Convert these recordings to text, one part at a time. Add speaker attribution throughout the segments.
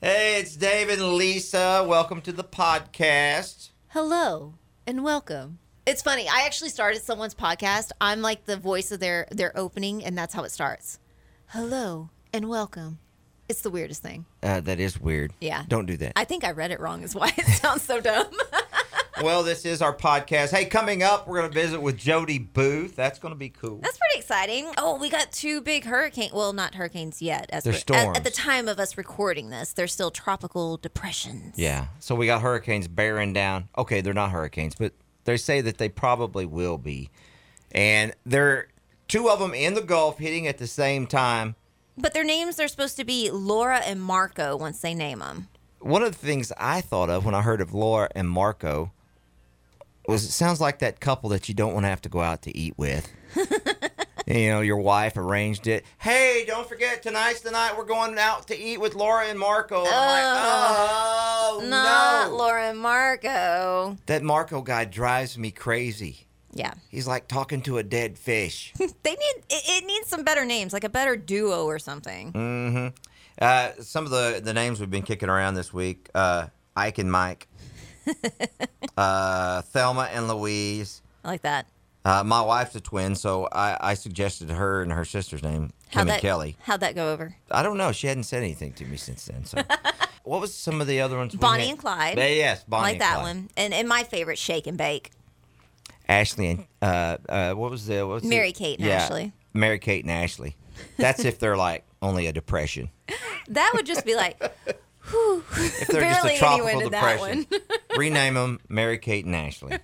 Speaker 1: Hey, it's Dave and Lisa. Welcome to the podcast.
Speaker 2: Hello and welcome. It's funny. I actually started someone's podcast. I'm like the voice of their their opening, and that's how it starts. Hello and welcome. It's the weirdest thing.
Speaker 1: Uh, that is weird.
Speaker 2: Yeah.
Speaker 1: Don't do that.
Speaker 2: I think I read it wrong. Is why it sounds so dumb.
Speaker 1: well, this is our podcast. Hey, coming up, we're going to visit with Jody Booth. That's going to be cool.
Speaker 2: That's pretty exciting. Oh, we got two big hurricanes. Well, not hurricanes yet. As
Speaker 1: They're
Speaker 2: we're-
Speaker 1: storms.
Speaker 2: At, at the time of us recording this, they're still tropical depressions.
Speaker 1: yeah. So we got hurricanes bearing down. Okay, they're not hurricanes, but they say that they probably will be. And there are two of them in the Gulf hitting at the same time.
Speaker 2: But their names are supposed to be Laura and Marco once they name them.
Speaker 1: One of the things I thought of when I heard of Laura and Marco was it sounds like that couple that you don't want to have to go out to eat with. you know, your wife arranged it. Hey, don't forget tonight's the night we're going out to eat with Laura and Marco. And I'm like, oh
Speaker 2: Not
Speaker 1: no,
Speaker 2: Laura and Marco.
Speaker 1: that Marco guy drives me crazy.
Speaker 2: Yeah.
Speaker 1: He's like talking to a dead fish.
Speaker 2: They need it, it needs some better names, like a better duo or something.
Speaker 1: Mm. uh, some of the the names we've been kicking around this week: uh, Ike and Mike, uh, Thelma and Louise.
Speaker 2: I like that.
Speaker 1: Uh, my wife's a twin, so I, I suggested her and her sister's name, Kim and
Speaker 2: that
Speaker 1: Kelly.
Speaker 2: How'd that go over?
Speaker 1: I don't know. She hadn't said anything to me since then. So, what was some of the other ones? we
Speaker 2: Bonnie
Speaker 1: had?
Speaker 2: and Clyde.
Speaker 1: Yeah, yes,
Speaker 2: I
Speaker 1: Bonnie.
Speaker 2: like
Speaker 1: and
Speaker 2: that
Speaker 1: Clyde.
Speaker 2: one. And and my favorite, Shake and Bake.
Speaker 1: Ashley and uh, uh, what was the what was
Speaker 2: Mary
Speaker 1: the-
Speaker 2: Kate and
Speaker 1: yeah,
Speaker 2: Ashley.
Speaker 1: Mary Kate and Ashley. That's if they're like only a depression.
Speaker 2: That would just be like, whew.
Speaker 1: If they're
Speaker 2: Barely
Speaker 1: just a tropical
Speaker 2: anyone did that
Speaker 1: depression. Rename them Mary Kate and Ashley.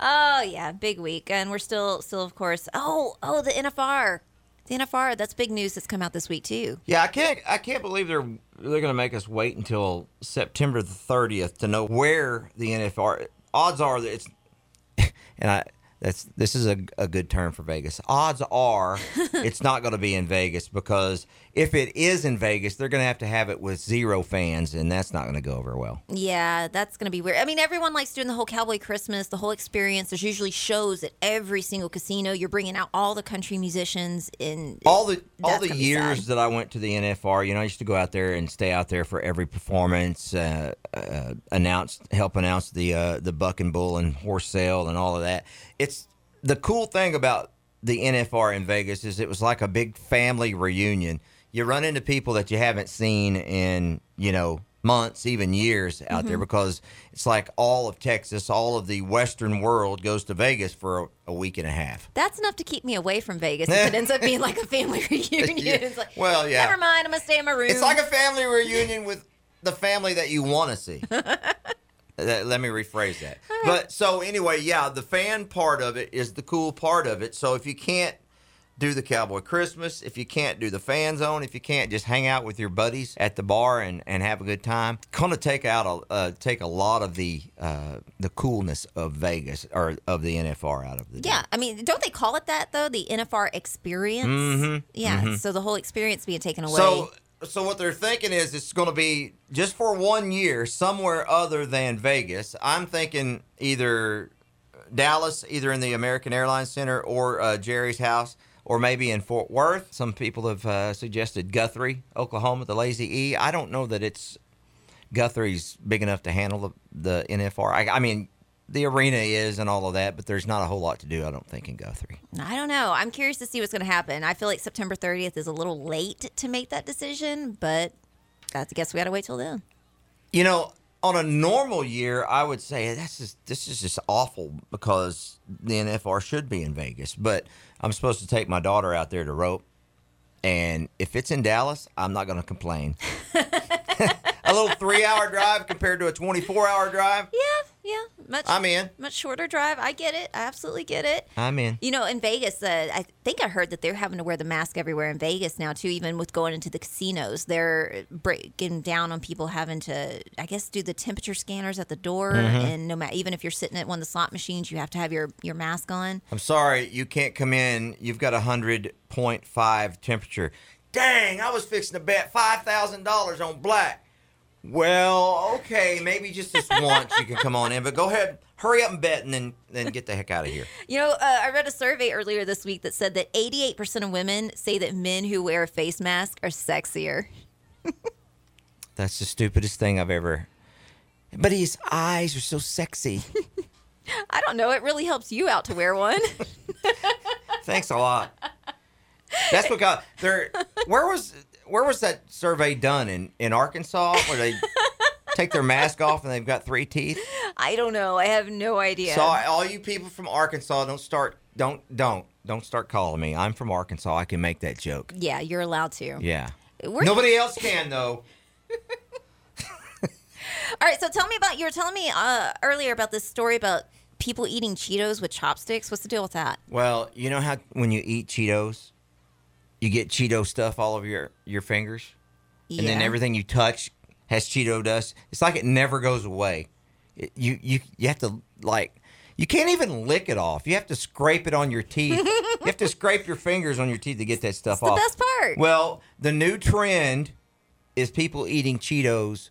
Speaker 2: oh yeah, big week, and we're still still of course. Oh oh, the NFR, the NFR. That's big news that's come out this week too.
Speaker 1: Yeah, I can't. I can't believe they're they're going to make us wait until September the thirtieth to know where the NFR. Odds are that it's, and I that's this is a, a good term for Vegas. Odds are it's not going to be in Vegas because if it is in Vegas, they're going to have to have it with zero fans, and that's not going to go over well.
Speaker 2: Yeah, that's gonna be weird. I mean, everyone likes doing the whole Cowboy Christmas, the whole experience. There's usually shows at every single casino. You're bringing out all the country musicians in
Speaker 1: all the all
Speaker 2: That's
Speaker 1: the
Speaker 2: gonna be
Speaker 1: years
Speaker 2: sad.
Speaker 1: that I went to the NFR, you know, I used to go out there and stay out there for every performance, uh, uh, announce, help announce the uh, the buck and bull and horse sale and all of that. It's the cool thing about the NFR in Vegas is it was like a big family reunion. You run into people that you haven't seen in you know months, even years out
Speaker 2: Mm-hmm.
Speaker 1: there because it's like all of Texas, all of the Western world goes to Vegas for a, a week and a half.
Speaker 2: That's enough to keep me away from Vegas if it ends up being like a family reunion.
Speaker 1: Yeah.
Speaker 2: It's like,
Speaker 1: Well, yeah.
Speaker 2: Never mind. I'm gonna stay in my room.
Speaker 1: It's like a family reunion with the family that you want to see. Let let me rephrase that. But so anyway, yeah, the fan part of it is the cool part of it. So if you can't do the Cowboy Christmas, if you can't do the fan zone, if you can't just hang out with your buddies at the bar and, and have a good time, kind of take out a uh, take a lot of the uh, the coolness of Vegas or of the NFR out of the deal.
Speaker 2: yeah. I mean, don't they call it that though? The NFR experience. Yeah. So the whole experience being taken away.
Speaker 1: Mm-hmm. So, so what they're thinking is it's going to be just for one year somewhere other than Vegas. I'm thinking either Dallas, either in the American Airlines Center or uh, Jerry's house, or maybe in Fort Worth. Some people have uh, suggested Guthrie, Oklahoma, the Lazy E. I don't know that it's Guthrie's big enough to handle the, the NFR. I, I mean, the arena is and all of that, but there's not a whole lot to do, I don't think, in Guthrie.
Speaker 2: I don't know. I'm curious to see what's gonna happen. I feel like September 30th is a little late to make that decision, but I guess we gotta wait till then.
Speaker 1: You know, on a normal year, I would say this is this is just awful because the NFR should be in Vegas, but I'm supposed to take my daughter out there to rope, and if it's in Dallas, I'm not going to complain. a little three-hour drive compared to a 24-hour drive,
Speaker 2: Yeah. Yeah. Much.
Speaker 1: I'm in.
Speaker 2: Much shorter drive. I get it. I absolutely get it.
Speaker 1: I'm in.
Speaker 2: You know, in Vegas, uh, I think I heard that they're having to wear the mask everywhere in Vegas now too. Even with going into the casinos, they're uh, breaking down on people having to, I guess, do the temperature scanners at the door,
Speaker 1: Mm-hmm.
Speaker 2: and no matter even if you're sitting at one of the slot machines, you have to have your your mask on.
Speaker 1: I'm sorry, you can't come in. You've got a hundred point five temperature. Dang, I was fixing to bet five thousand dollars on black. Well, okay, maybe just this once you can come on in, but go ahead, hurry up and bet, and then then get the heck out of here.
Speaker 2: You know, uh, I read a survey earlier this week that said that 88% of women say that men who wear a face mask are sexier.
Speaker 1: That's the stupidest thing I've ever. But his eyes are so sexy.
Speaker 2: I don't know. It really helps you out to wear one.
Speaker 1: Thanks a lot. That's what got there. Where was where was that survey done in in Arkansas? Where they take their mask off and they've got three teeth.
Speaker 2: I don't know. I have no idea.
Speaker 1: So I- all you people from Arkansas, don't start. Don't don't don't start calling me. I'm from Arkansas. I can make that joke.
Speaker 2: yeah, you're allowed to.
Speaker 1: Yeah.
Speaker 2: We're-
Speaker 1: Nobody else can though.
Speaker 2: All right. So tell me about you were telling me uh, earlier about this story about people eating Cheetos with chopsticks. What's the deal with that?
Speaker 1: Well, you know how when you eat Cheetos, you get Cheeto stuff all over your your fingers, and then
Speaker 2: Yeah.
Speaker 1: everything you touch has Cheeto dust. It's like it never goes away. It- you you you have to like you can't even lick it off. You have to scrape it on your teeth. you have to scrape your fingers on your teeth to get that stuff
Speaker 2: the
Speaker 1: off.
Speaker 2: best part.
Speaker 1: Well, the new trend is people eating Cheetos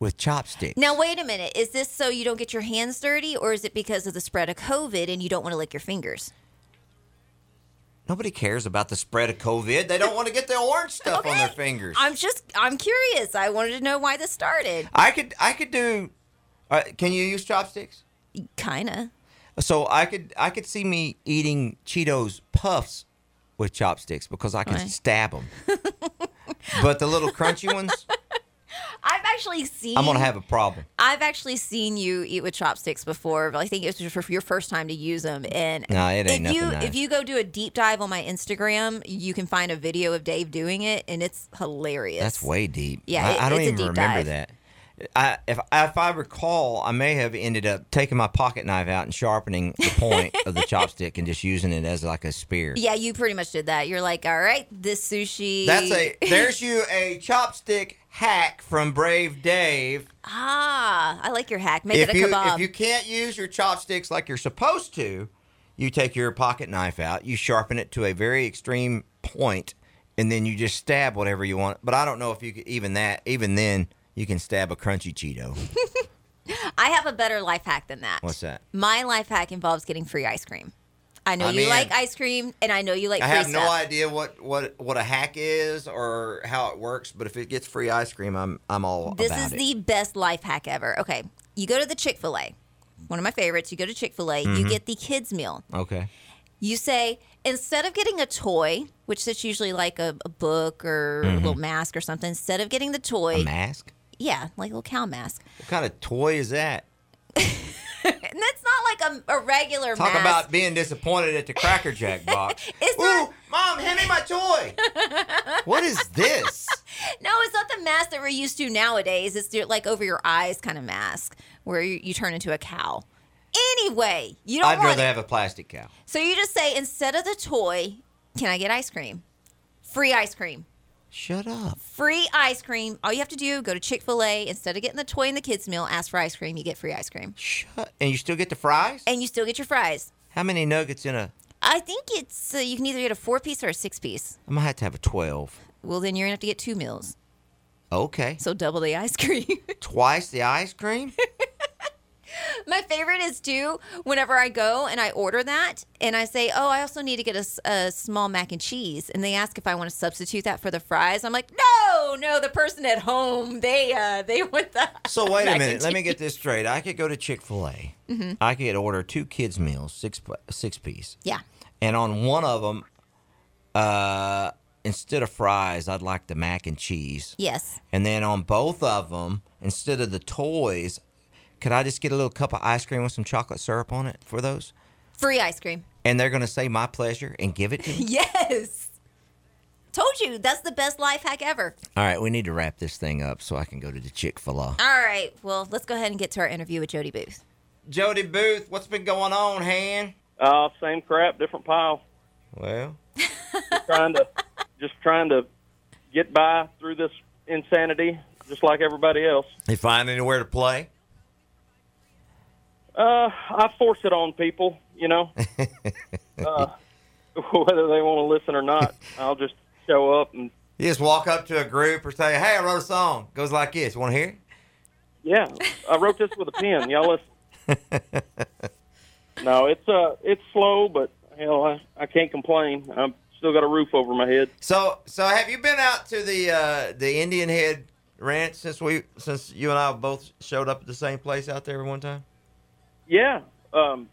Speaker 1: with chopsticks.
Speaker 2: Now wait a minute. Is this so you don't get your hands dirty, or is it because of the spread of COVID and you don't want to lick your fingers?
Speaker 1: Nobody cares about the spread of COVID. They don't want to get the orange stuff on their fingers.
Speaker 2: I'm just I'm curious. I wanted to know why this started.
Speaker 1: I could I could do. Uh, can you use chopsticks?
Speaker 2: Kinda.
Speaker 1: So I could I could see me eating Cheetos puffs with chopsticks because I can
Speaker 2: Why?
Speaker 1: stab them. but the little crunchy ones,
Speaker 2: I've actually seen.
Speaker 1: I'm gonna have a problem.
Speaker 2: I've actually seen you eat with chopsticks before, but I think it was for your first time to use them. And
Speaker 1: Nah, it ain't
Speaker 2: if you
Speaker 1: nothing nice.
Speaker 2: if you go do a deep dive on my Instagram, you can find a video of Dave doing it, and it's hilarious.
Speaker 1: That's way deep.
Speaker 2: Yeah,
Speaker 1: I,
Speaker 2: it-
Speaker 1: I don't
Speaker 2: it's a
Speaker 1: even
Speaker 2: deep
Speaker 1: remember
Speaker 2: dive.
Speaker 1: that. I, if if I recall, I may have ended up taking my pocket knife out and sharpening the point of the chopstick and just using it as like a spear.
Speaker 2: Yeah, you pretty much did that. You're like, all right, this sushi.
Speaker 1: That's a there's you a chopstick hack from Brave Dave.
Speaker 2: ah. I like your hack. Make
Speaker 1: if
Speaker 2: it a
Speaker 1: you
Speaker 2: kebab.
Speaker 1: if you can't use your chopsticks like you're supposed to, you take your pocket knife out, you sharpen it to a very extreme point, and then you just stab whatever you want. But I don't know if you could, even that even then you can stab a crunchy Cheeto.
Speaker 2: I have a better life hack than that.
Speaker 1: What's that?
Speaker 2: My life hack involves getting free ice cream. I know
Speaker 1: I'm
Speaker 2: you
Speaker 1: in.
Speaker 2: like ice cream, and I know you like.
Speaker 1: I
Speaker 2: free
Speaker 1: have no
Speaker 2: stuff.
Speaker 1: idea what, what, what a hack is or how it works, but if it gets free ice cream, I'm I'm all
Speaker 2: This
Speaker 1: about
Speaker 2: is
Speaker 1: it.
Speaker 2: the best life hack ever. Okay, you go to the Chick Fil A, one of my favorites. You go to Chick Fil A,
Speaker 1: Mm-hmm.
Speaker 2: you get the kids meal.
Speaker 1: okay.
Speaker 2: You say instead of getting a toy, which is usually like a, a book or
Speaker 1: Mm-hmm.
Speaker 2: a little mask or something, instead of getting the toy,
Speaker 1: A mask?
Speaker 2: yeah, like a little cow mask,
Speaker 1: What kind of toy is that?
Speaker 2: and that's not like a, a regular
Speaker 1: Talk
Speaker 2: mask.
Speaker 1: about being disappointed at the Cracker Jack box.
Speaker 2: It's
Speaker 1: Ooh,
Speaker 2: not-
Speaker 1: mom, hand me my toy. what is this?
Speaker 2: no, it's not the mask that we're used to nowadays. It's the, like over your eyes kind of mask where you, you turn into a cow. Anyway, you don't
Speaker 1: I'd
Speaker 2: want
Speaker 1: rather have a plastic cow.
Speaker 2: So you just say instead of the toy, can I get ice cream? Free ice cream.
Speaker 1: Shut up.
Speaker 2: Free ice cream. All you have to do, go to Chick fil A. Instead of getting the toy and the kids' meal, ask for ice cream. You get free ice cream.
Speaker 1: Shut. And you still get the fries?
Speaker 2: And you still get your fries.
Speaker 1: How many nuggets in a?
Speaker 2: I think it's, uh, you can either get a four piece or a six piece.
Speaker 1: I'm gonna have to have a twelve.
Speaker 2: Well, then you're going to have to get two meals.
Speaker 1: Okay.
Speaker 2: So double the ice cream.
Speaker 1: Twice the ice cream.
Speaker 2: My favorite is too, whenever I go and I order that and I say, oh, I also need to get a, s- a small mac and cheese. And they ask if I want to substitute that for the fries. I'm like, no, no, the person at home, they uh, they want that.
Speaker 1: So wait a
Speaker 2: mac
Speaker 1: minute.
Speaker 2: and
Speaker 1: Let me get this straight. I could go to Chick Fil A. I could order two kids meals, six pl- six piece,
Speaker 2: Mm-hmm. Yeah.
Speaker 1: and on one of them, uh, instead of fries, I'd like the mac and cheese.
Speaker 2: Yes.
Speaker 1: And then on both of them, instead of the toys, could I just get a little cup of ice cream with some chocolate syrup on it for those?
Speaker 2: Free ice cream.
Speaker 1: And they're gonna say my pleasure and give it to me.
Speaker 2: Yes. Told you, that's the best life hack ever.
Speaker 1: All right, we need to wrap this thing up so I can go to the Chick Fil A.
Speaker 2: All right. Well, let's go ahead and get to our interview with Jody Booth.
Speaker 1: Jody Booth, what's been going on, Han?
Speaker 3: Uh, same crap, different pile.
Speaker 1: Well,
Speaker 3: Trying to just trying to get by through this insanity, just like everybody else.
Speaker 1: you find anywhere to play?
Speaker 3: Uh, I force it on people, you know, uh, whether they want to listen or not. I'll just show up and
Speaker 1: You just walk up to a group or say, "Hey, I wrote a song." Goes like this. Want to hear? it?
Speaker 3: yeah, I wrote this with a pen. Y'all listen. No, it's uh, it's slow, but hell, I, I can't complain. I'm still got a roof over my head.
Speaker 1: So, so have you been out to the uh, the Indian Head Ranch since we since you and I both showed up at the same place out there one time?
Speaker 3: Yeah, um,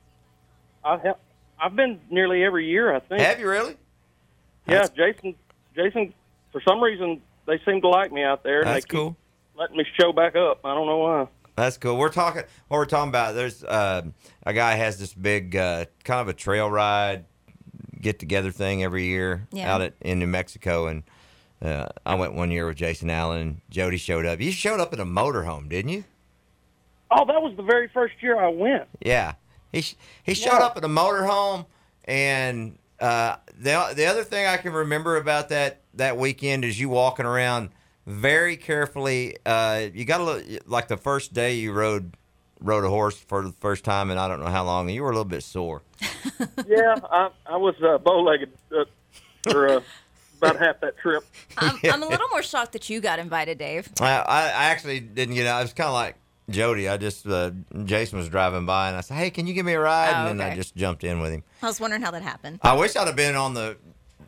Speaker 3: I have. I've been nearly every year. I think.
Speaker 1: Have you really?
Speaker 3: yeah,
Speaker 1: That's-
Speaker 3: Jason. Jason. For some reason, they seem to like me out there. and
Speaker 1: That's
Speaker 3: they keep
Speaker 1: cool.
Speaker 3: Letting me show back up. I don't know why.
Speaker 1: That's cool. We're talking. What we're talking about? There's uh, a guy has this big uh, kind of a trail ride get together thing every year
Speaker 2: Yeah.
Speaker 1: out at, in New Mexico, and uh, I went one year with Jason Allen. and Jody showed up. You showed up in a motorhome, didn't you?
Speaker 3: Oh, that was the very first year I went.
Speaker 1: Yeah, he sh- he showed
Speaker 3: Yeah.
Speaker 1: up at a motorhome, and uh, the the other thing I can remember about that that weekend is you walking around very carefully. Uh, you got a little, like the first day you rode rode a horse for the first time, and I don't know how long. and You were a little bit sore.
Speaker 3: yeah, I, I was uh, bow-legged uh, for uh, about half that trip.
Speaker 2: I'm, I'm a little more shocked that you got invited, Dave.
Speaker 1: I, I I actually didn't get out. I was kind of like Jody. I just uh, Jason was driving by, and I said, "Hey, can you give me a ride?"
Speaker 2: Oh,
Speaker 1: and then I
Speaker 2: okay.
Speaker 1: just jumped in with him.
Speaker 2: I was wondering how that happened.
Speaker 1: I wish I'd have been on the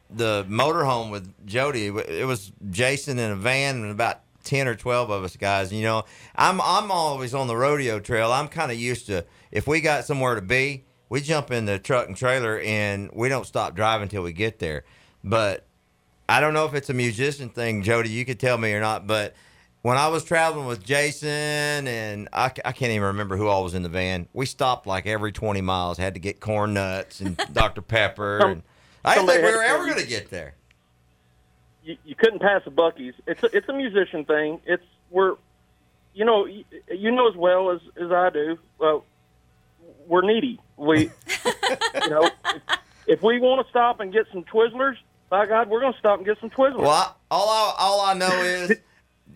Speaker 1: the motorhome with Jody. It was Jason in a van and about ten or twelve of us guys. You know, I'm I'm always on the rodeo trail. I'm kind of used to if we got somewhere to be, we jump in the truck and trailer and we don't stop driving till we get there. But I don't know if it's a musician thing, Jody. You could tell me or not, but. When I was traveling with Jason and I, ca- I can't even remember who all was in the van, we stopped like every 20 miles, had to get corn nuts and Dr. Pepper.
Speaker 3: Some-
Speaker 1: and I didn't think we
Speaker 3: Somebody
Speaker 1: were
Speaker 3: had to
Speaker 1: ever
Speaker 3: tell you.
Speaker 1: going to get there.
Speaker 3: You, you couldn't pass a Bucky's. It's a, it's a musician thing. It's we're, you know, you, you know as well as as I do. Well, we're needy. We, you know, if, if we want to stop and get some Twizzlers, by God, we're going to stop and get some Twizzlers.
Speaker 1: Well, I, all I all I know is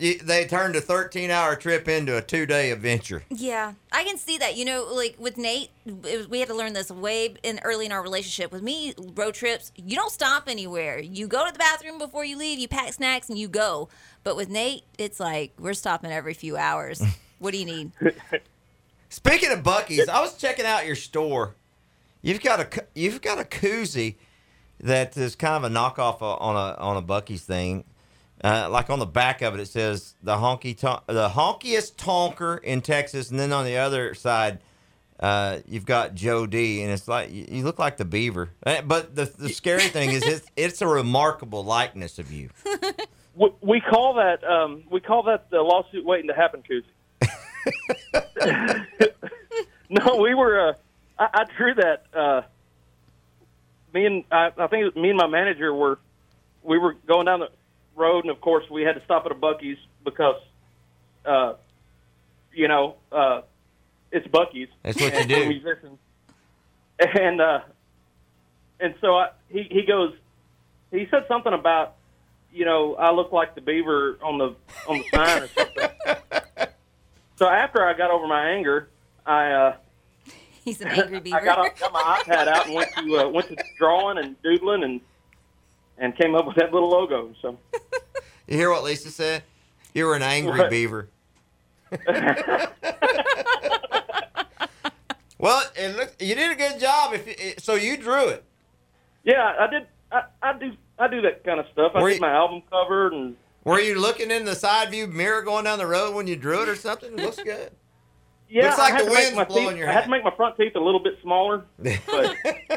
Speaker 1: y- they turned a 13 hour trip into a two day adventure.
Speaker 2: Yeah, I can see that. You know, like with Nate, it was, we had to learn this way in early in our relationship. With me, road trips, you don't stop anywhere. You go to the bathroom before you leave. You pack snacks and you go. But with Nate, it's like we're stopping every few hours. What do you need?
Speaker 1: Speaking of Bucky's, I was checking out your store. You've got a co- you've got a koozie that is kind of a knockoff o- on a on a Bucky's thing. Uh, like on the back of it, it says the honky ton- the honkiest tonker in Texas, and then on the other side, uh, you've got Joe D, and it's like you, you look like the Beaver. Uh, But the the scary thing is, it's it's a remarkable likeness of you.
Speaker 3: we, we call that um, we call that the lawsuit waiting to happen, Koozie. no, we were. Uh, I, I drew that. Uh, me and I, I think it was me and my manager were we were going down the road, and of course we had to stop at a Bucky's because, uh, you know, uh, it's Bucky's.
Speaker 1: That's what you
Speaker 3: and
Speaker 1: do.
Speaker 3: we're musicians. And uh, and so I, he he goes. He said something about you know, I look like the beaver on the on the sign or something. so after I got over my anger, I uh,
Speaker 2: He's an angry beaver.
Speaker 3: I got, off, got my iPad out and went to uh, went to drawing and doodling and and came up with that little logo. So
Speaker 1: You hear what Lisa said? You were an angry
Speaker 3: What?
Speaker 1: beaver. well, it looked, you did a good job. If you, so, you drew it.
Speaker 3: yeah, I did. I, I do I do that kind of stuff. I
Speaker 1: Were
Speaker 3: did
Speaker 1: you-
Speaker 3: my album cover and
Speaker 1: Were you looking in the side view mirror going down the road when you drew it or something? It looks good.
Speaker 3: yeah,
Speaker 1: Looks like
Speaker 3: I
Speaker 1: the
Speaker 3: had to make
Speaker 1: wind's
Speaker 3: my
Speaker 1: blowing
Speaker 3: teeth,
Speaker 1: your
Speaker 3: I had
Speaker 1: hat.
Speaker 3: to make my front teeth a little bit smaller, but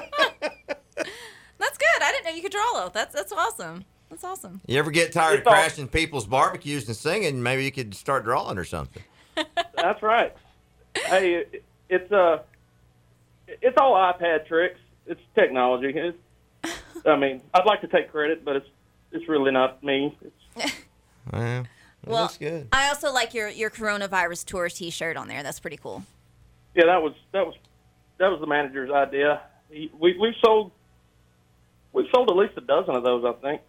Speaker 2: that's good. I didn't know you could draw though. That's that's awesome. That's awesome.
Speaker 1: You ever get tired of
Speaker 3: It's all-
Speaker 1: crashing people's barbecues and singing? Maybe you could start drawing or something.
Speaker 3: that's right. Hey, it, it's uh, it's all iPad tricks. It's technology. It's, I mean, I'd like to take credit, but it's it's really not me. It's,
Speaker 1: Well, it
Speaker 2: Well,
Speaker 1: looks good.
Speaker 2: I also like your your coronavirus tour T-shirt on there. That's pretty cool.
Speaker 3: yeah, that was that was that was the manager's idea. He, we we've sold we've sold at least a dozen of those, I think.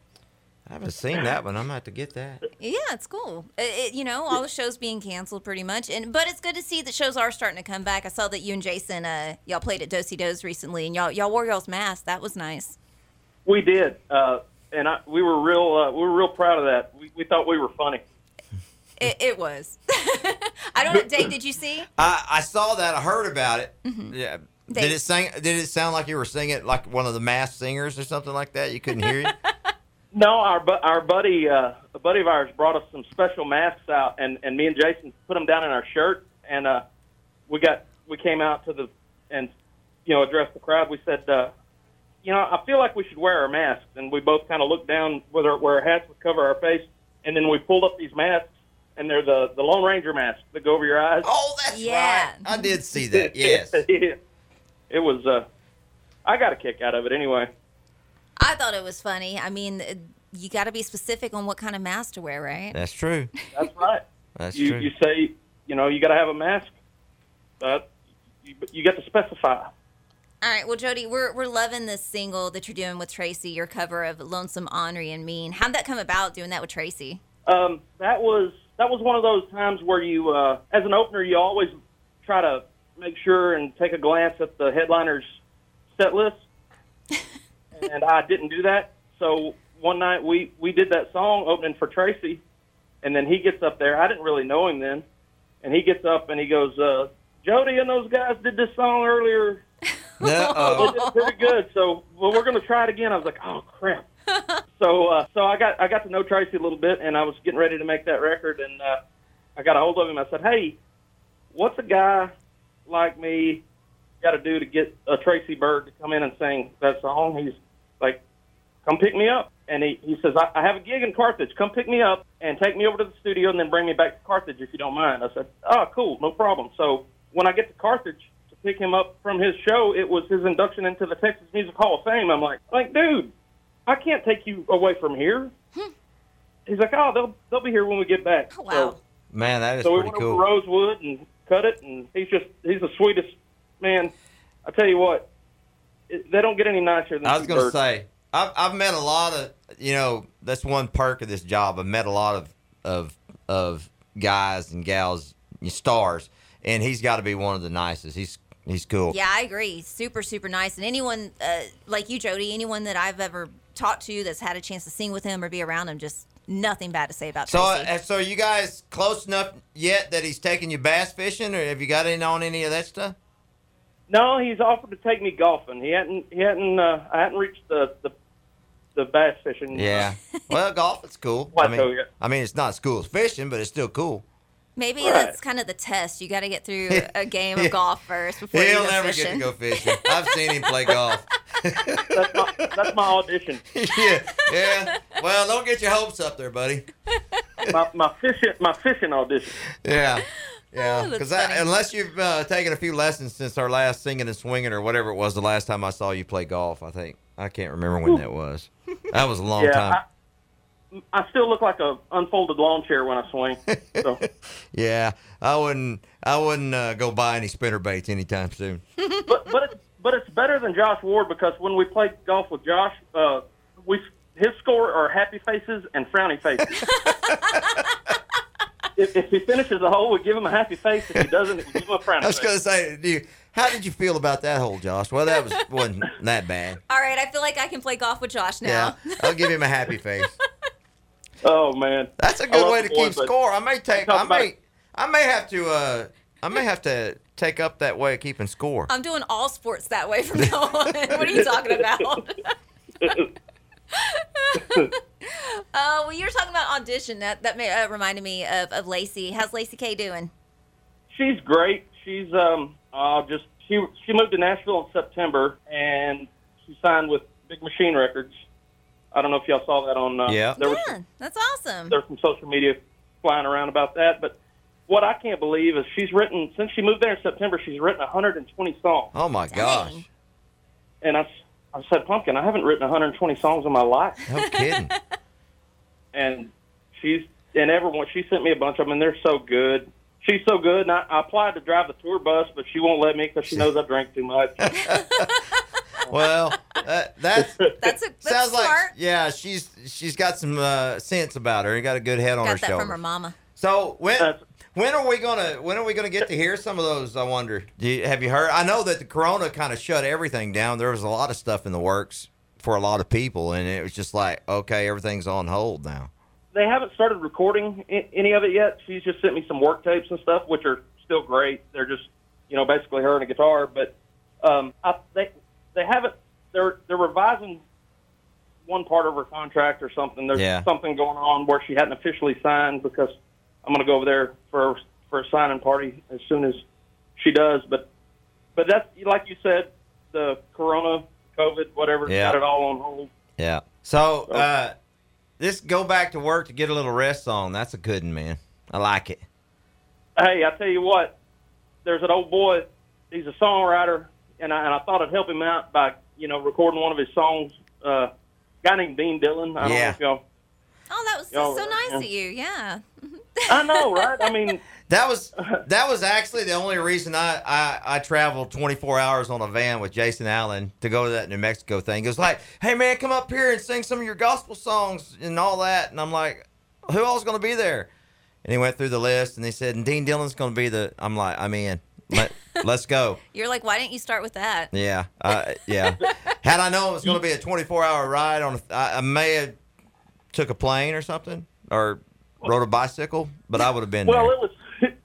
Speaker 1: I haven't seen that one. I'm gonna have to get that.
Speaker 2: Yeah, it's cool. It, it, you know, all the shows being canceled pretty much, and but it's good to see that shows are starting to come back. I saw that you and Jason, uh, y'all played at Dosey Do's recently, and y'all y'all wore y'all's masks. That was nice.
Speaker 3: We did, uh, and I, we were real uh, we were real proud of that. We, we thought we were funny.
Speaker 2: It, it was. I don't know, Dave. Did you see?
Speaker 1: I, I saw that. I heard about it. Yeah. Did
Speaker 2: Mm-hmm. They-
Speaker 1: it sing? Did it sound like you were singing like one of the mass singers or something like that? You couldn't hear it.
Speaker 3: No, our bu- our buddy uh, buddy of ours brought us some special masks out, and and me and Jason put them down in our shirt, and uh, we got we came out to the and you know addressed the crowd. We said, uh, you know, I feel like we should wear our masks, and we both kind of looked down whether where our hats would cover our face, and then we pulled up these masks, and they're the the Lone Ranger masks that go over your eyes.
Speaker 1: Oh, that's
Speaker 2: Yeah.
Speaker 1: right. I did see that. Yes.
Speaker 3: it was. Uh, I got a kick out of it anyway.
Speaker 2: I thought it was funny. I mean, uh, you got to be specific on what kind of mask to wear, right?
Speaker 1: That's true.
Speaker 3: That's right.
Speaker 1: That's
Speaker 3: you
Speaker 1: true.
Speaker 3: you say you know you got to have a mask, but you, but you got to specify.
Speaker 2: All right, well, Jody, we're, we're loving this single that you're doing with Tracy, your cover of Lonesome, Ornery, and Mean. How'd that come about, doing that with Tracy?
Speaker 3: Um, that was that was one of those times where you, uh, as an opener, you always try to make sure and take a glance at the headliner's set list, and I didn't do that. So one night we we did that song opening for Tracy, and then he gets up there. I didn't really know him then, and he gets up and he goes, uh, "Jody and those guys did this song earlier. They
Speaker 1: Uh-oh.
Speaker 3: did it pretty good. So well, we're going to try it again." I was like, "Oh crap." so uh, so I got I got to know Tracy a little bit, and I was getting ready to make that record, and uh, I got a hold of him. I said, "Hey, what's a guy like me got to do to get a Tracy Bird to come in and sing that song?" He's like, "Come pick me up," and he he says, I, "I have a gig in Carthage. Come pick me up and take me over to the studio, and then bring me back to Carthage if you don't mind." I said, "Oh, cool, no problem." So when I get to Carthage. to Pick him up from his show. It was his induction into the Texas Music Hall of Fame. I'm like, like, dude, I can't take you away from here. He's like, oh, they'll they'll be here when we get back.
Speaker 2: Hmm. Oh, wow.
Speaker 3: So,
Speaker 1: Man, that is
Speaker 3: so we
Speaker 1: pretty
Speaker 3: went
Speaker 1: cool.
Speaker 3: over to Rosewood and cut it, and he's just he's the sweetest man. I tell you what, it, they don't get any nicer than
Speaker 1: I was
Speaker 3: Big
Speaker 1: going to
Speaker 3: Bird.
Speaker 1: say, I've, I've met a lot of, you know, that's one perk of this job. I've met a lot of, of, of guys and gals, stars, and he's got to be one of the nicest. He's, he's cool.
Speaker 2: Yeah, I agree. Super, super nice. And anyone uh, like you, Jody, anyone that I've ever talked to that's had a chance to sing with him or be around him, just nothing bad to say about
Speaker 1: So,
Speaker 2: Tracy.
Speaker 1: uh, so are you guys close enough yet that he's taking you bass fishing, or have you got in on any of that stuff?
Speaker 3: No, he's offered to take me golfing. He hadn't he hadn't uh, I hadn't reached the the, the bass fishing.
Speaker 1: Yeah. well, golf is cool.
Speaker 3: Why
Speaker 1: I mean,
Speaker 3: so, yeah.
Speaker 1: I mean, it's not school fishing, but it's still cool.
Speaker 2: Maybe
Speaker 3: Right.
Speaker 2: that's kind of the test. You got to get through a game of golf first before you
Speaker 1: He'll
Speaker 2: go
Speaker 1: never
Speaker 2: fishing.
Speaker 1: get to go fishing. I've seen him play golf.
Speaker 3: that's my, that's my audition.
Speaker 1: yeah, yeah. Well, don't get your hopes up there, buddy.
Speaker 3: My my fishing my fishing audition.
Speaker 1: Yeah, yeah.
Speaker 2: Oh, that's
Speaker 1: Because
Speaker 2: funny.
Speaker 1: unless you've uh, taken a few lessons since our last singing and swinging or whatever it was the last time I saw you play golf, I think I can't remember when that was. That was a long time.
Speaker 3: Yeah, I, I still look like a unfolded lawn chair when I swing. So.
Speaker 1: yeah, I wouldn't. I wouldn't uh, go buy any spinner baits anytime soon.
Speaker 3: but but it's but it's better than Josh Ward because when we played golf with Josh, uh, we his score are happy faces and frowny faces. if, if he finishes the hole, we give him a happy face. If he doesn't, we give him a frowny
Speaker 1: I was
Speaker 3: face.
Speaker 1: gonna say, do you, how did you feel about that hole, Josh? Well, that was wasn't that bad.
Speaker 2: All right, I feel like I can play golf with Josh
Speaker 1: Yeah,
Speaker 2: now.
Speaker 1: I'll give him a happy face.
Speaker 3: Oh man,
Speaker 1: That's a
Speaker 3: I
Speaker 1: good
Speaker 3: love
Speaker 1: way
Speaker 3: the
Speaker 1: to
Speaker 3: boy,
Speaker 1: keep
Speaker 3: but
Speaker 1: score. I may take.
Speaker 3: talk
Speaker 1: I
Speaker 3: about
Speaker 1: may.
Speaker 3: it.
Speaker 1: I may have to. Uh, I may have to take up that way of keeping score.
Speaker 2: I'm doing all sports that way from now on. what are you talking about? Uh, well, you were talking about audition. That that may, uh, reminded me of, of Lacey. How's Lacey K doing?
Speaker 3: She's great. She's um, uh, just she she moved to Nashville in September and she signed with Big Machine Records. I don't know if y'all saw that on. Uh,
Speaker 1: Yeah.
Speaker 3: There was
Speaker 2: yeah, that's awesome.
Speaker 3: there's some social media flying around about that. But what I can't believe is she's written since she moved there in September. She's written 120 songs,
Speaker 1: Oh my gosh!
Speaker 2: Dang.
Speaker 3: and I, s- I said, "Pumpkin, I haven't written 120 songs in my life."
Speaker 1: No kidding.
Speaker 3: And she's and everyone she sent me a bunch of them, and they're so good. She's so good, and I, I applied to drive the tour bus, but she won't let me because she knows I drink too much.
Speaker 1: Well, that that's.
Speaker 2: That's a that's
Speaker 1: Sounds
Speaker 2: smart.
Speaker 1: like yeah, she's she's got some uh, sense about her. She got a good head on
Speaker 2: Got that
Speaker 1: shoulder.
Speaker 2: from her mama.
Speaker 1: So when
Speaker 3: That's-
Speaker 1: when are we gonna when are we gonna get to hear some of those? I wonder. Do you, have you heard? I know that the corona kind of shut everything down. There was a lot of stuff in the works for a lot of people, and it was just like, okay, everything's on hold now.
Speaker 3: they haven't started recording a- any of it yet. She's just sent me some work tapes and stuff, which are still great. They're just, you know, basically her and a guitar. But um, I, they they haven't. They're they're revising one part of her contract or something. There's
Speaker 1: Yeah.
Speaker 3: something going on where she hadn't officially signed because I'm going to go over there for for a signing party as soon as she does. But but that's like you said, the Corona, COVID, whatever,
Speaker 1: Yeah.
Speaker 3: got it all on hold.
Speaker 1: Yeah. So uh, this go back to work to get a little rest on. That's a good one, man. I like it.
Speaker 3: Hey, I tell you what, there's an old boy. He's a songwriter, and I, and I thought I'd help him out by you know recording one of his songs. Uh, guy named Dean Dillon. I don't
Speaker 1: Yeah.
Speaker 3: know if y'all.
Speaker 2: Oh, that was
Speaker 3: Y'all-
Speaker 2: so, so nice
Speaker 3: yeah.
Speaker 2: of you. Yeah.
Speaker 3: I know, right? I mean,
Speaker 1: That was that was actually the only reason I, I, I traveled 24 hours on a van with Jason Allen to go to that New Mexico thing. It was like, hey man, come up here and sing some of your gospel songs and all that. And I'm like, who all's gonna be there? And he went through the list and he said, and Dean Dillon's gonna be the. I'm like, I'm in. Let let's go.
Speaker 2: You're like, why didn't you start with that?
Speaker 1: Yeah, uh, yeah. Had I known it was going to be a 24 hour ride on, a, I, I may have took a plane or something or rode a bicycle, but I would have been
Speaker 3: well,
Speaker 1: there.
Speaker 3: it was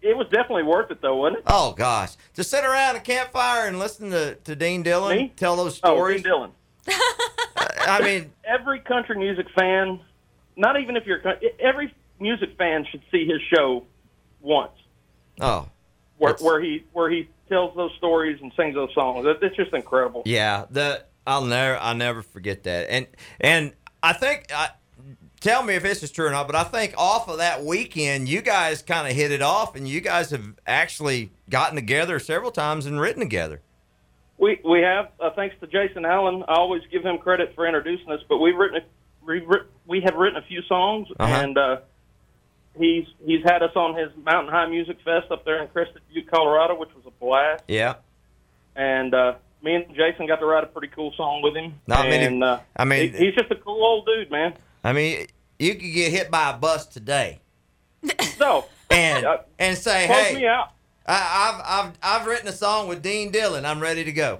Speaker 3: it was definitely worth it though, wasn't it?
Speaker 1: oh gosh, to sit around a campfire and listen to, to Dean Dillon
Speaker 3: Me?
Speaker 1: tell those
Speaker 3: Oh,
Speaker 1: stories.
Speaker 3: Dean Dillon.
Speaker 1: I mean,
Speaker 3: Every country music fan, not even if you're a coun- every music fan should see his show once,
Speaker 1: oh
Speaker 3: where,
Speaker 1: It's-
Speaker 3: where he where he tells those stories and sings those songs. It- It's just incredible.
Speaker 1: yeah, the I'll never I'll never forget that. And and I think I, tell me if this is true or not, but I think off of that weekend, you guys kind of hit it off, and you guys have actually gotten together several times and written together.
Speaker 3: We we have uh, thanks to Jason Allen. I always give him credit for introducing us, but we've written a, we writ- we have written a few songs,
Speaker 1: Uh-huh.
Speaker 3: and uh, he's he's had us on his Mountain High Music Fest up there in Crested Butte, Colorado, which was a blast.
Speaker 1: Yeah.
Speaker 3: And uh, me and Jason got to write a pretty cool song with him.
Speaker 1: Not many-
Speaker 3: and, uh,
Speaker 1: I mean-
Speaker 3: he- he's just a cool old dude, man.
Speaker 1: I mean, you could get hit by a bus today
Speaker 3: So
Speaker 1: and
Speaker 3: Yeah.
Speaker 1: and say,
Speaker 3: Uh, close me
Speaker 1: "Hey,
Speaker 3: out.
Speaker 1: I, I've I've I've written a song with Dean Dillon. I'm ready to go."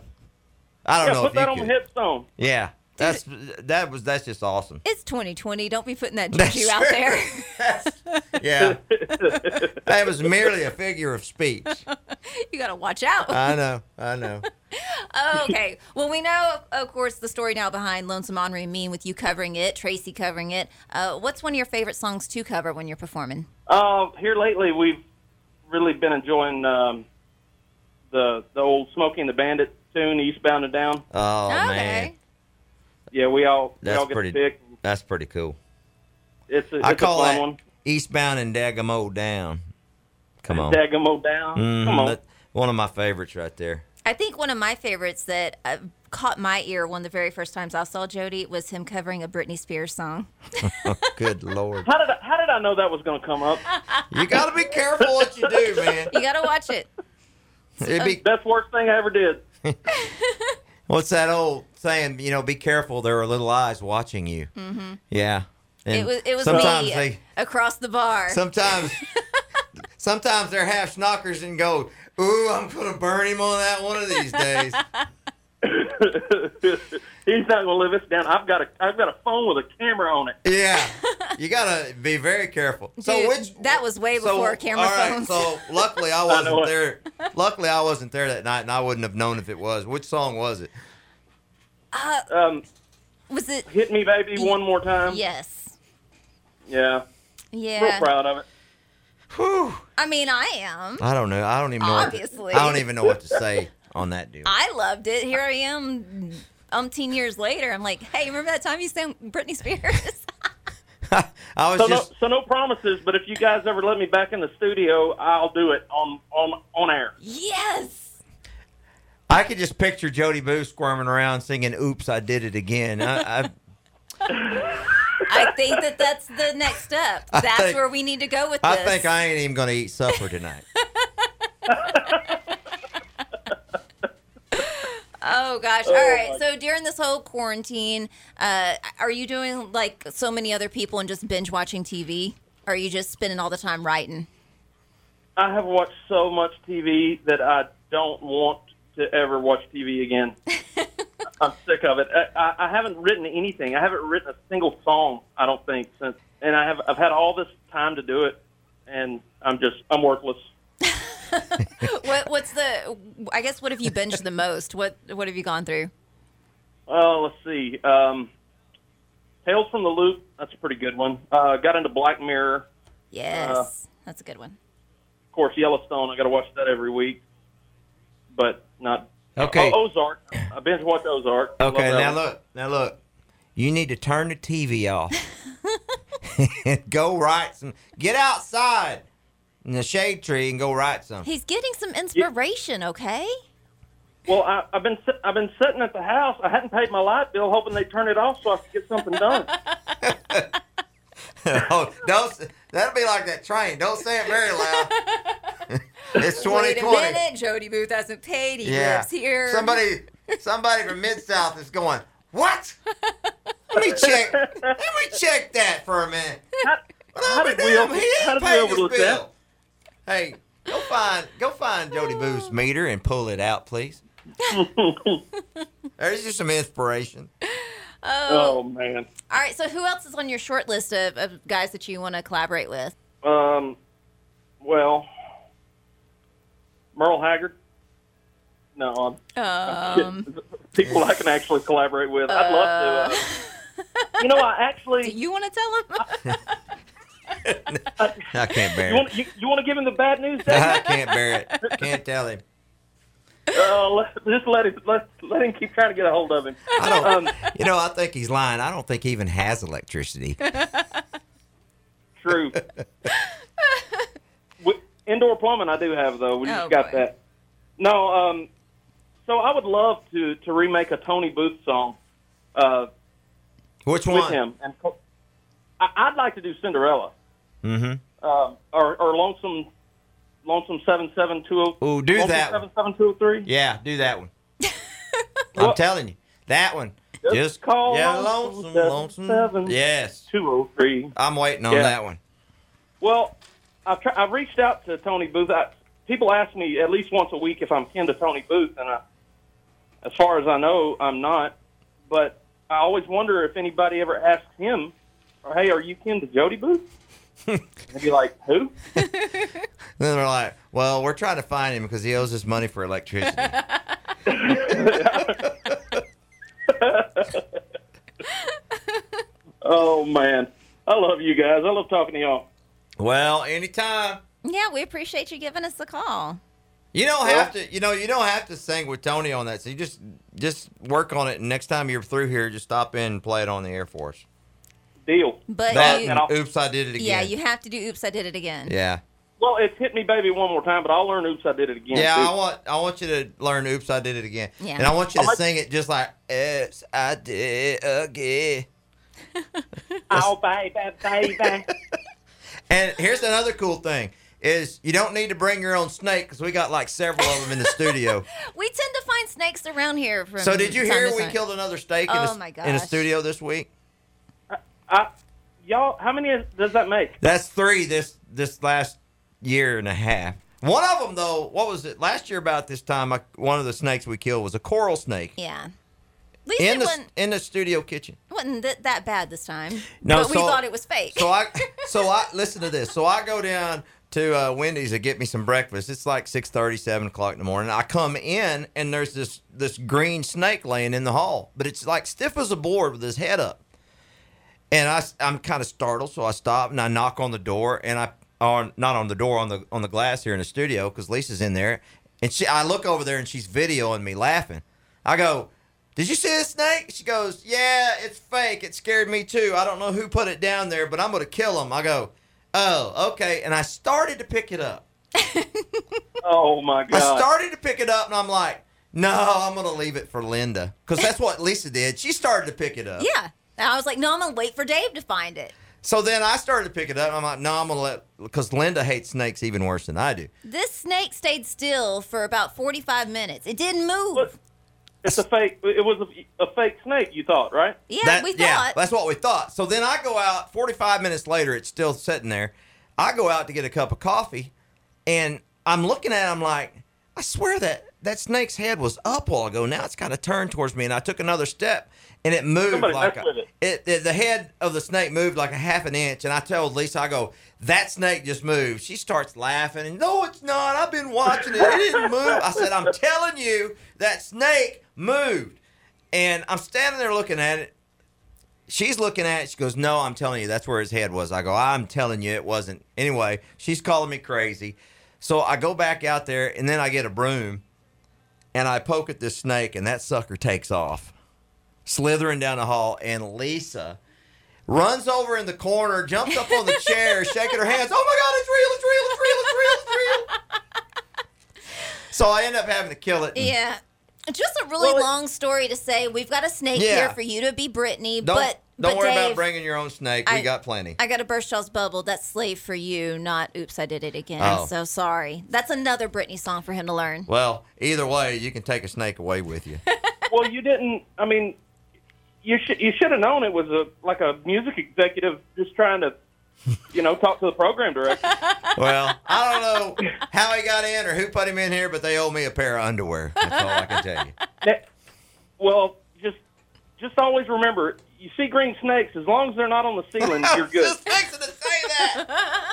Speaker 1: I don't
Speaker 3: Yeah,
Speaker 1: know
Speaker 3: put
Speaker 1: if
Speaker 3: that
Speaker 1: you
Speaker 3: on the
Speaker 1: could.
Speaker 3: headstone.
Speaker 1: Yeah, that's that was that's just awesome.
Speaker 2: It's 2020. Don't be putting that
Speaker 1: That's
Speaker 2: juju out
Speaker 1: true.
Speaker 2: there.
Speaker 1: Yeah, that was merely a figure of speech.
Speaker 2: you got to watch out.
Speaker 1: I know, I know.
Speaker 2: Oh, okay. Well, we know, of course, the story now behind Lonesome Henri and Me with you covering it, Tracy covering it. Uh, what's one of your favorite songs to cover when you're performing?
Speaker 3: Uh, here lately, we've really been enjoying um, the the old Smokey and the Bandit tune, Eastbound and Down.
Speaker 1: Oh
Speaker 2: okay.
Speaker 1: man,
Speaker 3: Yeah, we all we
Speaker 1: That's
Speaker 3: all get
Speaker 1: pretty-
Speaker 3: to pick.
Speaker 1: that's pretty cool.
Speaker 3: It's a, it's
Speaker 1: I call
Speaker 3: a fun
Speaker 1: that
Speaker 3: one.
Speaker 1: Eastbound and Dagamo Down. Come on,
Speaker 3: Dagamo down. Come
Speaker 1: Mhm,
Speaker 3: on.
Speaker 1: that- one of my favorites right there.
Speaker 2: I think one of my favorites that uh, caught my ear one of the very first times I saw Jody was him covering a Britney Spears song.
Speaker 1: Good lord.
Speaker 3: how did I, how did I know that was going to come up?
Speaker 1: You got to be careful what you do, man.
Speaker 2: You got to watch it.
Speaker 1: It'd be,
Speaker 3: That's the worst thing I ever did.
Speaker 1: what's that old saying? You know, be careful. There are little eyes watching you. Mm-hmm. Yeah.
Speaker 2: It was it was
Speaker 1: sometimes
Speaker 2: me
Speaker 1: they
Speaker 2: across the bar.
Speaker 1: sometimes sometimes they're half schnockers and go, "Ooh, I'm gonna burn him on that one of these days."
Speaker 3: He's not going to live this down. I've got a I've got a phone with a camera on it.
Speaker 1: yeah, you gotta be very careful. So
Speaker 2: Dude,
Speaker 1: which
Speaker 2: that was way
Speaker 1: so,
Speaker 2: before camera
Speaker 1: all right,
Speaker 2: phones.
Speaker 1: So luckily I
Speaker 3: know
Speaker 1: wasn't
Speaker 3: it.
Speaker 1: there. Luckily I wasn't there that night, and I wouldn't have known if it was. Which song was it?
Speaker 3: Um,
Speaker 2: was it?
Speaker 3: hit me, baby, one more time.
Speaker 2: Yes.
Speaker 3: Yeah. Real
Speaker 2: Yeah.
Speaker 3: proud of it.
Speaker 1: Whew.
Speaker 2: I mean, I am.
Speaker 1: I don't know. I don't even know. what to-
Speaker 2: Obviously.
Speaker 1: I don't even know what to say on that deal.
Speaker 2: I loved it. Here I am, umpteen years later. I'm like, hey, remember that time you sang Britney Spears?
Speaker 1: I was
Speaker 3: So
Speaker 1: just
Speaker 3: no, so no promises, but if you guys ever let me back in the studio, I'll do it on on on air.
Speaker 2: yes.
Speaker 1: I could just picture Jody Boo squirming around singing "Oops, I did it again." I, I,
Speaker 2: I think that that's the next step.
Speaker 1: I
Speaker 2: That's
Speaker 1: think-
Speaker 2: where we need to go with this.
Speaker 1: I think I ain't even going to eat supper tonight.
Speaker 2: Oh gosh! All right.
Speaker 3: my-
Speaker 2: So during this whole quarantine, uh, are you doing like so many other people and just binge watching TV? Or are you just spending all the time writing?
Speaker 3: I have watched so much TV that I don't want to ever watch TV again. I'm sick of it. I, I, I haven't written anything. I haven't written a single song. I don't think since, and I have. I've had all this time to do it, and I'm just I'm worthless.
Speaker 2: What, what's the? I guess what have you binged the most? What What have you gone through?
Speaker 3: Oh, let's see. Um, Hails from the Loop. That's a pretty good one. Uh, got into Black Mirror.
Speaker 1: Uh,
Speaker 2: Yes, that's a good one.
Speaker 3: Of course, Yellowstone. I got to watch that every week, but not.
Speaker 1: Okay.
Speaker 3: Oh, Ozark. I binge watched Ozark. I love
Speaker 1: Okay,
Speaker 3: that
Speaker 1: now
Speaker 3: one.
Speaker 1: look, now look. You need to turn the TV off. go write some. Get outside in the shade tree and go write some.
Speaker 2: He's getting some inspiration, okay?
Speaker 3: Well, I, I've been sit- I've been sitting at the house. I hadn't paid my light bill, hoping they'd turn it off so I could get something done.
Speaker 1: oh, don't. s- That'll be like that train. Don't say it very loud. it's
Speaker 2: Wait
Speaker 1: twenty
Speaker 2: a
Speaker 1: twenty.
Speaker 2: minute, Jody Booth hasn't paid. He
Speaker 1: Yeah.
Speaker 2: lives here.
Speaker 1: Somebody, somebody from mid south is going. What? Let me check. Let me check that for a minute.
Speaker 3: How, how did we
Speaker 1: Damn,
Speaker 3: over-
Speaker 1: he ain't
Speaker 3: how did we
Speaker 1: paid his
Speaker 3: overlook that?
Speaker 1: bill. Hey, go find go find Jody
Speaker 2: Oh.
Speaker 1: Boo's meter and pull it out, please. There's just some inspiration.
Speaker 3: Oh man.
Speaker 2: All right, so who else is on your short list of, of guys that you want to collaborate with?
Speaker 3: Um, well, Merle Haggard. No, I'm,
Speaker 2: Um,
Speaker 3: people I can actually collaborate with. I'd love to. Uh, you know, I
Speaker 2: do
Speaker 3: actually.
Speaker 2: you want to tell him?
Speaker 1: I can't
Speaker 3: You
Speaker 1: bear
Speaker 3: want
Speaker 1: it.
Speaker 3: you, you want to give him the bad news? Dave?
Speaker 1: I can't bear it. Can't tell him.
Speaker 3: uh, let, just let him let, let him keep trying to get a hold of him.
Speaker 1: I don't.
Speaker 3: Um,
Speaker 1: you know, I think he's lying. I don't think he even has electricity.
Speaker 3: True. Wi- Indoor plumbing, I do have though. We just
Speaker 2: Oh,
Speaker 3: got
Speaker 2: boy.
Speaker 3: that. No, um, so I would love to to remake a Tony Booth song uh,
Speaker 1: Which
Speaker 3: with
Speaker 1: one?
Speaker 3: him, and co- I, I'd like to do Cinderella
Speaker 1: Mm-hmm.
Speaker 3: um, or, or Lonesome Lonesome Seven Seven Two Zero.
Speaker 1: Ooh, do that one.
Speaker 3: Seven Seven Two oh Three.
Speaker 1: Yeah, do that one. I'm
Speaker 3: Well-
Speaker 1: telling you, that one.
Speaker 3: Just
Speaker 1: Just,
Speaker 3: call
Speaker 1: yeah,
Speaker 3: lonesome
Speaker 1: lonesome,
Speaker 3: seven
Speaker 1: lonesome.
Speaker 3: seven.
Speaker 1: Yes,
Speaker 3: Two Zero Three.
Speaker 1: I'm waiting on
Speaker 3: Yeah.
Speaker 1: that one.
Speaker 3: Well, I've, tr- I've reached out to Tony Booth. I, people ask me at least once a week if I'm kin to Tony Booth, and I, as far as I know, I'm not. But I always wonder if anybody ever asks him, or, "Hey, are you kin to Jody Booth?" He'd be like, "Who?"
Speaker 1: Then they're like, "Well, we're trying to find him because he owes us money for electricity."
Speaker 3: Oh man, I love you guys. I love talking to y'all.
Speaker 1: well, anytime.
Speaker 2: yeah, we appreciate you giving us the call.
Speaker 1: You don't
Speaker 3: Well-
Speaker 1: have to. You know, you don't have to sing with Tony on that. So you just just work on it. And next time you're through here, just stop in and play it on the Air Force.
Speaker 3: Deal.
Speaker 2: But
Speaker 1: That
Speaker 2: you,
Speaker 3: and I'll-
Speaker 1: and oops, I did it again.
Speaker 2: yeah, you have to do. Oops, I did it again.
Speaker 1: Yeah.
Speaker 3: Well, it's hit me, baby, one more time, but I'll learn. Oops, I did it again.
Speaker 1: Yeah,
Speaker 3: too.
Speaker 1: I want I want you to learn. Oops, I did it again.
Speaker 2: Yeah.
Speaker 1: And I want you to
Speaker 3: I like-
Speaker 1: sing it just like Oops, I did it again.
Speaker 3: oh baby, baby.
Speaker 1: And here's another cool thing: is you don't need to bring your own snake because we got like several of them in the studio.
Speaker 2: We tend to find snakes around here. From
Speaker 1: so did you
Speaker 2: time
Speaker 1: hear
Speaker 2: to
Speaker 1: we
Speaker 2: time.
Speaker 1: killed another snake
Speaker 2: Oh,
Speaker 1: in,
Speaker 2: my
Speaker 1: a, in a
Speaker 2: gosh.
Speaker 1: studio this week?
Speaker 3: I, y'all, how many does that make?
Speaker 1: That's three this this last year and a half. One of them though, what was it last year about this time? I, one of the snakes we killed was a coral snake
Speaker 2: Yeah. At least
Speaker 1: in
Speaker 2: it
Speaker 1: the
Speaker 2: wasn't,
Speaker 1: in the studio kitchen.
Speaker 2: wasn't th- that bad this time.
Speaker 1: No,
Speaker 2: but we
Speaker 1: so-
Speaker 2: thought it was fake.
Speaker 1: So I so I listen to this. So I go down to uh, Wendy's to get me some breakfast. It's like 6:30, 7 o'clock in the morning. I come in and there's this this green snake laying in the hall, but it's like stiff as a board with his head up. And I am kind of startled, so I stop and I knock on the door and I on not on the door on the on the glass here in the studio because Lisa's in there and she I look over there and she's videoing me laughing. I go, did you see a snake? She goes, Yeah, it's fake. It scared me too. I don't know who put it down there, but I'm going to kill him. I go, Oh, okay. And I started to pick it up.
Speaker 3: Oh my god.
Speaker 1: I started to pick it up, and I'm like, No, I'm going to leave it for Linda. Because that's what Lisa did. She started to pick it up.
Speaker 2: yeah. And I was like, no, I'm gonna wait for Dave to find it.
Speaker 1: So then I started to pick it up. and I'm like, No, I'm going to let, because Linda hates snakes even worse than I do.
Speaker 2: This snake stayed still for about 45 minutes. It didn't move.
Speaker 3: What? It's a fake. It was a, a fake snake. You thought, right?
Speaker 2: Yeah,
Speaker 1: That-
Speaker 2: we thought.
Speaker 1: Yeah, that's what we thought. So then I go out. Forty-five minutes later, it's still sitting there. I go out to get a cup of coffee, and I'm looking at. It, I'm like, I swear that that snake's head was up a while ago. Now it's kind of turned towards me, and I took another step, and it moved
Speaker 3: Somebody
Speaker 1: like
Speaker 3: messed
Speaker 1: a-
Speaker 3: with it.
Speaker 1: It, it- The head of the snake moved like a half an inch, and I told Lisa, I go, that snake just moved. She starts laughing, and no, it's not. I've been watching it. It didn't move. I said, I'm telling you, that snake moved. And I'm standing there looking at it, she's looking at it. She goes, "No, I'm telling you, that's where his head was." I go, "I'm telling you, it wasn't." Anyway, she's calling me crazy, so I go back out there, and then I get a broom, and I poke at this snake, and that sucker takes off, slithering down the hall, and Lisa runs over in the corner, jumps up on the chair, shaking her hands. Oh my God, it's real! It's real! It's real! It's real! It's real! So I end up having to kill it. and
Speaker 2: Yeah. Just a really
Speaker 3: Well, it-
Speaker 2: long story to say we've got a snake
Speaker 1: Yeah.
Speaker 2: here for you to be Brittany,
Speaker 1: Don't
Speaker 2: but
Speaker 1: don't
Speaker 2: but
Speaker 1: worry
Speaker 2: Dave,
Speaker 1: about bringing your own snake. we
Speaker 2: I-
Speaker 1: got plenty.
Speaker 2: I got a burst y'all's bubble. That's slave for you, not oops, I did it again.
Speaker 1: Oh.
Speaker 2: So sorry. That's another Britney song for him to learn.
Speaker 1: well, either way, you can take a snake away with you.
Speaker 3: well, you didn't. I mean, you should you should have known it was a like a music executive just trying to, you know, talk to the program director.
Speaker 1: well, I don't know how he got in or who put him in here, but they owe me a pair of underwear. That's all I can tell you.
Speaker 3: That- well, just just always remember, you see green snakes. As long as they're not on the ceiling,
Speaker 1: I
Speaker 3: you're
Speaker 1: was
Speaker 3: good.
Speaker 1: Just fixing to say that.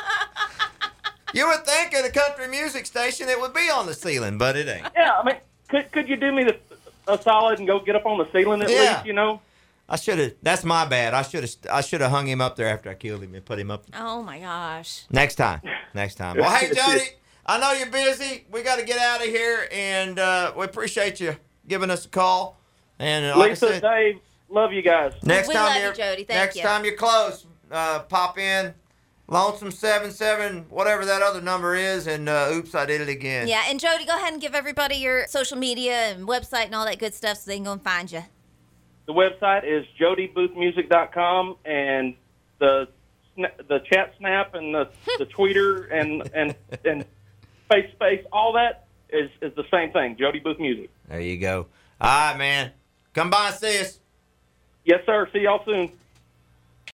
Speaker 1: You would think at a country music station it would be on the ceiling, but it ain't.
Speaker 3: Yeah, I mean, could could you do me the, a solid and go get up on the ceiling at
Speaker 1: Yeah.
Speaker 3: least? You know.
Speaker 1: I should have. That's my bad. I should have. I should have hung him up there after I killed him and put him up
Speaker 2: Oh my gosh.
Speaker 1: Next time. Next time. Well, hey, Jody, I know you're busy. We got to get out of here, and uh, we appreciate you giving us a call. And uh, like I
Speaker 3: Lisa,
Speaker 1: said,
Speaker 3: Dave, love you guys.
Speaker 1: next
Speaker 2: We
Speaker 1: time
Speaker 2: love you,
Speaker 1: you're
Speaker 2: Jody. Thank
Speaker 1: next
Speaker 2: you.
Speaker 1: time you're close, uh, pop in, lonesome seven seven, whatever that other number is, and uh, oops, I did it again.
Speaker 2: Yeah, and Jody, go ahead and give everybody your social media and website and all that good stuff so they can go and find you.
Speaker 3: The website is jodyboothmusic.com, and the sna- the chat snap and the, the tweeter and and and face space all that is is the same thing. Jody Booth Music.
Speaker 1: There you go. All right, man. Come by and see us.
Speaker 3: Yes, sir. See y'all soon.